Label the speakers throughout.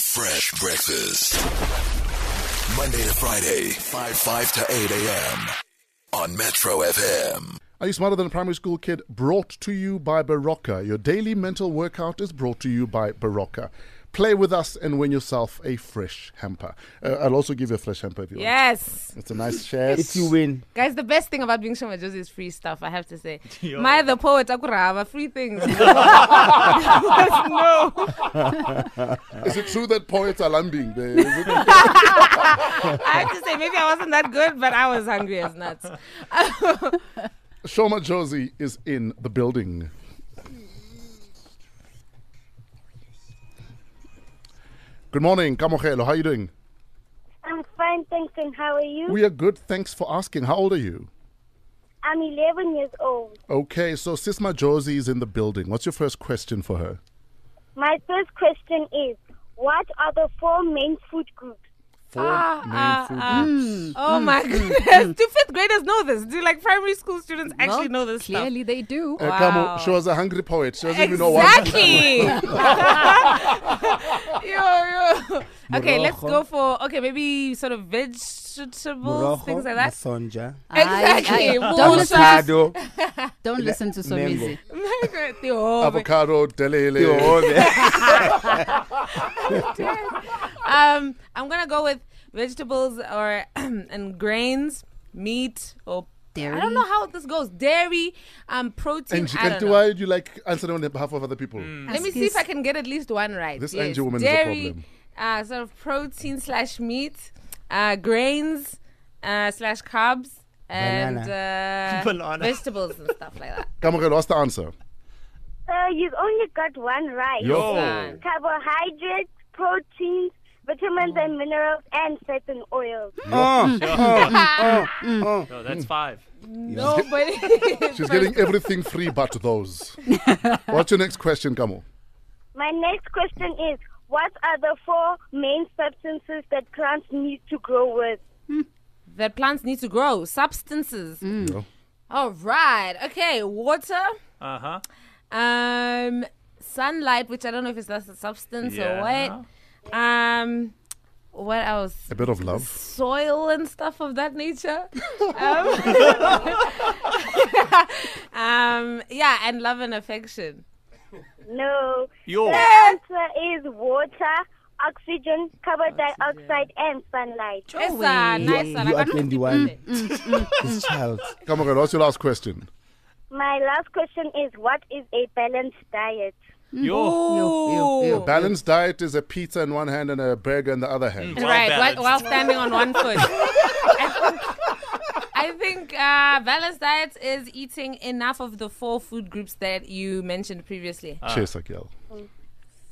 Speaker 1: Fresh breakfast. Monday to Friday, 5 5 to 8 a.m. on Metro FM.
Speaker 2: Are you smarter than a primary school kid? Brought to you by Barocca. Your daily mental workout is brought to you by Barocca. Play with us and win yourself a fresh hamper. Uh, I'll also give you a fresh hamper if you want.
Speaker 3: Yes.
Speaker 2: It's a nice chair.
Speaker 4: It's you win.
Speaker 3: Guys, the best thing about being Shoma Josie is free stuff, I have to say. My the poet Akurava, free things. no.
Speaker 2: Uh, Is it true that poets are lambing? They- is it-
Speaker 3: I have to say, maybe I wasn't that good, but I was hungry as nuts.
Speaker 2: Shoma Josie is in the building. Good morning, Kamohelo. How are you doing?
Speaker 5: I'm fine, thanks. And how are you?
Speaker 2: We are good. Thanks for asking. How old are you?
Speaker 5: I'm 11 years old.
Speaker 2: Okay, so Sisma Josie is in the building. What's your first question for her?
Speaker 5: My first question is what are the four main food groups?
Speaker 2: Four
Speaker 3: Ah,
Speaker 2: main food groups.
Speaker 3: Oh my goodness. Do fifth graders know this? Do like primary school students actually know this stuff?
Speaker 6: Clearly, they do.
Speaker 2: Uh,
Speaker 3: Wow.
Speaker 2: Kamo, she was a hungry poet. She doesn't even know what.
Speaker 3: Exactly. yo, yo. Okay, let's go
Speaker 4: Morogo.
Speaker 3: for okay, maybe sort of vegetables, things like that.
Speaker 4: Masonja.
Speaker 3: Exactly.
Speaker 6: Aye,
Speaker 3: Don't
Speaker 6: aye. Don't listen to,
Speaker 4: Avocado.
Speaker 6: don't listen to so
Speaker 4: Mango.
Speaker 6: easy.
Speaker 3: Tiobe.
Speaker 2: Avocado, delele.
Speaker 3: um, I'm gonna go with vegetables or and grains, meat or
Speaker 6: Dairy.
Speaker 3: I don't know how this goes. Dairy, um, protein.
Speaker 2: And she
Speaker 3: I
Speaker 2: can
Speaker 3: don't
Speaker 2: do
Speaker 3: know. Hmm.
Speaker 2: why do you like answering on behalf of other people?
Speaker 3: Let me see if I can get at least one right.
Speaker 2: This
Speaker 3: yes.
Speaker 2: Angie woman is a
Speaker 3: Dairy,
Speaker 2: problem.
Speaker 3: Uh, sort of protein slash meat, uh, grains uh, slash carbs. And uh,
Speaker 4: Banana.
Speaker 3: vegetables and stuff like that.
Speaker 2: Kamohelo, what's the answer?
Speaker 5: Uh, you've only got one right.
Speaker 3: Uh,
Speaker 5: Carbohydrates, proteins, vitamins and minerals, and fats and oils.
Speaker 7: No, that's five.
Speaker 3: nobody.
Speaker 2: She's getting everything free but those. What's your next question, Kamo?
Speaker 5: My next question is what are the four main substances that plants need to grow with?
Speaker 3: the plants need to grow. Substances.
Speaker 2: Yeah.
Speaker 3: All right. Okay. Water.
Speaker 7: Uh huh.
Speaker 3: Um, sunlight, which I don't know if it's that's a substance or what. Um, what else?
Speaker 2: A bit of love.
Speaker 3: Soil and stuff of that nature. um, um, yeah, and love and affection.
Speaker 5: No.
Speaker 7: Yo.
Speaker 5: The answer is water, oxygen, carbon dioxide, and sunlight.
Speaker 3: Esa, nice one. I
Speaker 4: Oh, You are
Speaker 3: got Mm.
Speaker 4: 21.
Speaker 3: 50%.
Speaker 4: This child.
Speaker 2: Kamohelo, what's your last question?
Speaker 5: My last question is what is a balanced diet?
Speaker 7: Yo.
Speaker 6: yo, yo.
Speaker 3: Ooh.
Speaker 2: Balanced diet is a pizza in one hand and a burger in the other hand.
Speaker 7: Well
Speaker 3: right,
Speaker 7: balanced.
Speaker 3: while, while standing on one foot. I think, I think uh, balanced diet is eating enough of the four food groups that you mentioned previously.
Speaker 7: Uh,
Speaker 2: Cheers, Akel.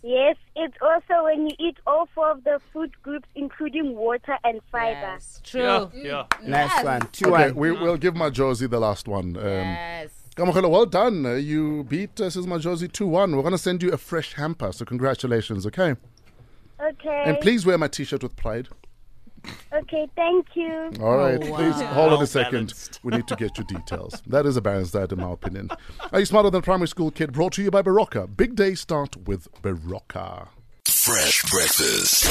Speaker 5: Yes, it's also when you eat all four of the food groups, including water and fiber.
Speaker 3: Yes, true.
Speaker 7: Yeah. Yeah.
Speaker 4: Nice one. Two
Speaker 2: Okay,
Speaker 4: one.
Speaker 2: we, we'll give my Josie the last one. Um,
Speaker 3: Yes.
Speaker 2: Kamohelo, well done. Uh, You beat uh, Sisma Josie 2 1. We're going to send you a fresh hamper, so congratulations, okay?
Speaker 5: Okay.
Speaker 2: And please wear my t shirt with pride.
Speaker 5: okay, thank you.
Speaker 2: All right, please hold on
Speaker 7: Well
Speaker 2: a second.
Speaker 7: balanced.
Speaker 2: We need to get your details. That is a balanced diet, in my opinion. Are you smarter than a primary school kid? Brought to you by Barocca. Big days start with Barocca.
Speaker 1: Fresh breakfast.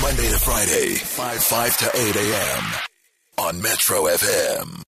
Speaker 1: Monday to Friday, 5 5 to 8 a.m. on Metro FM.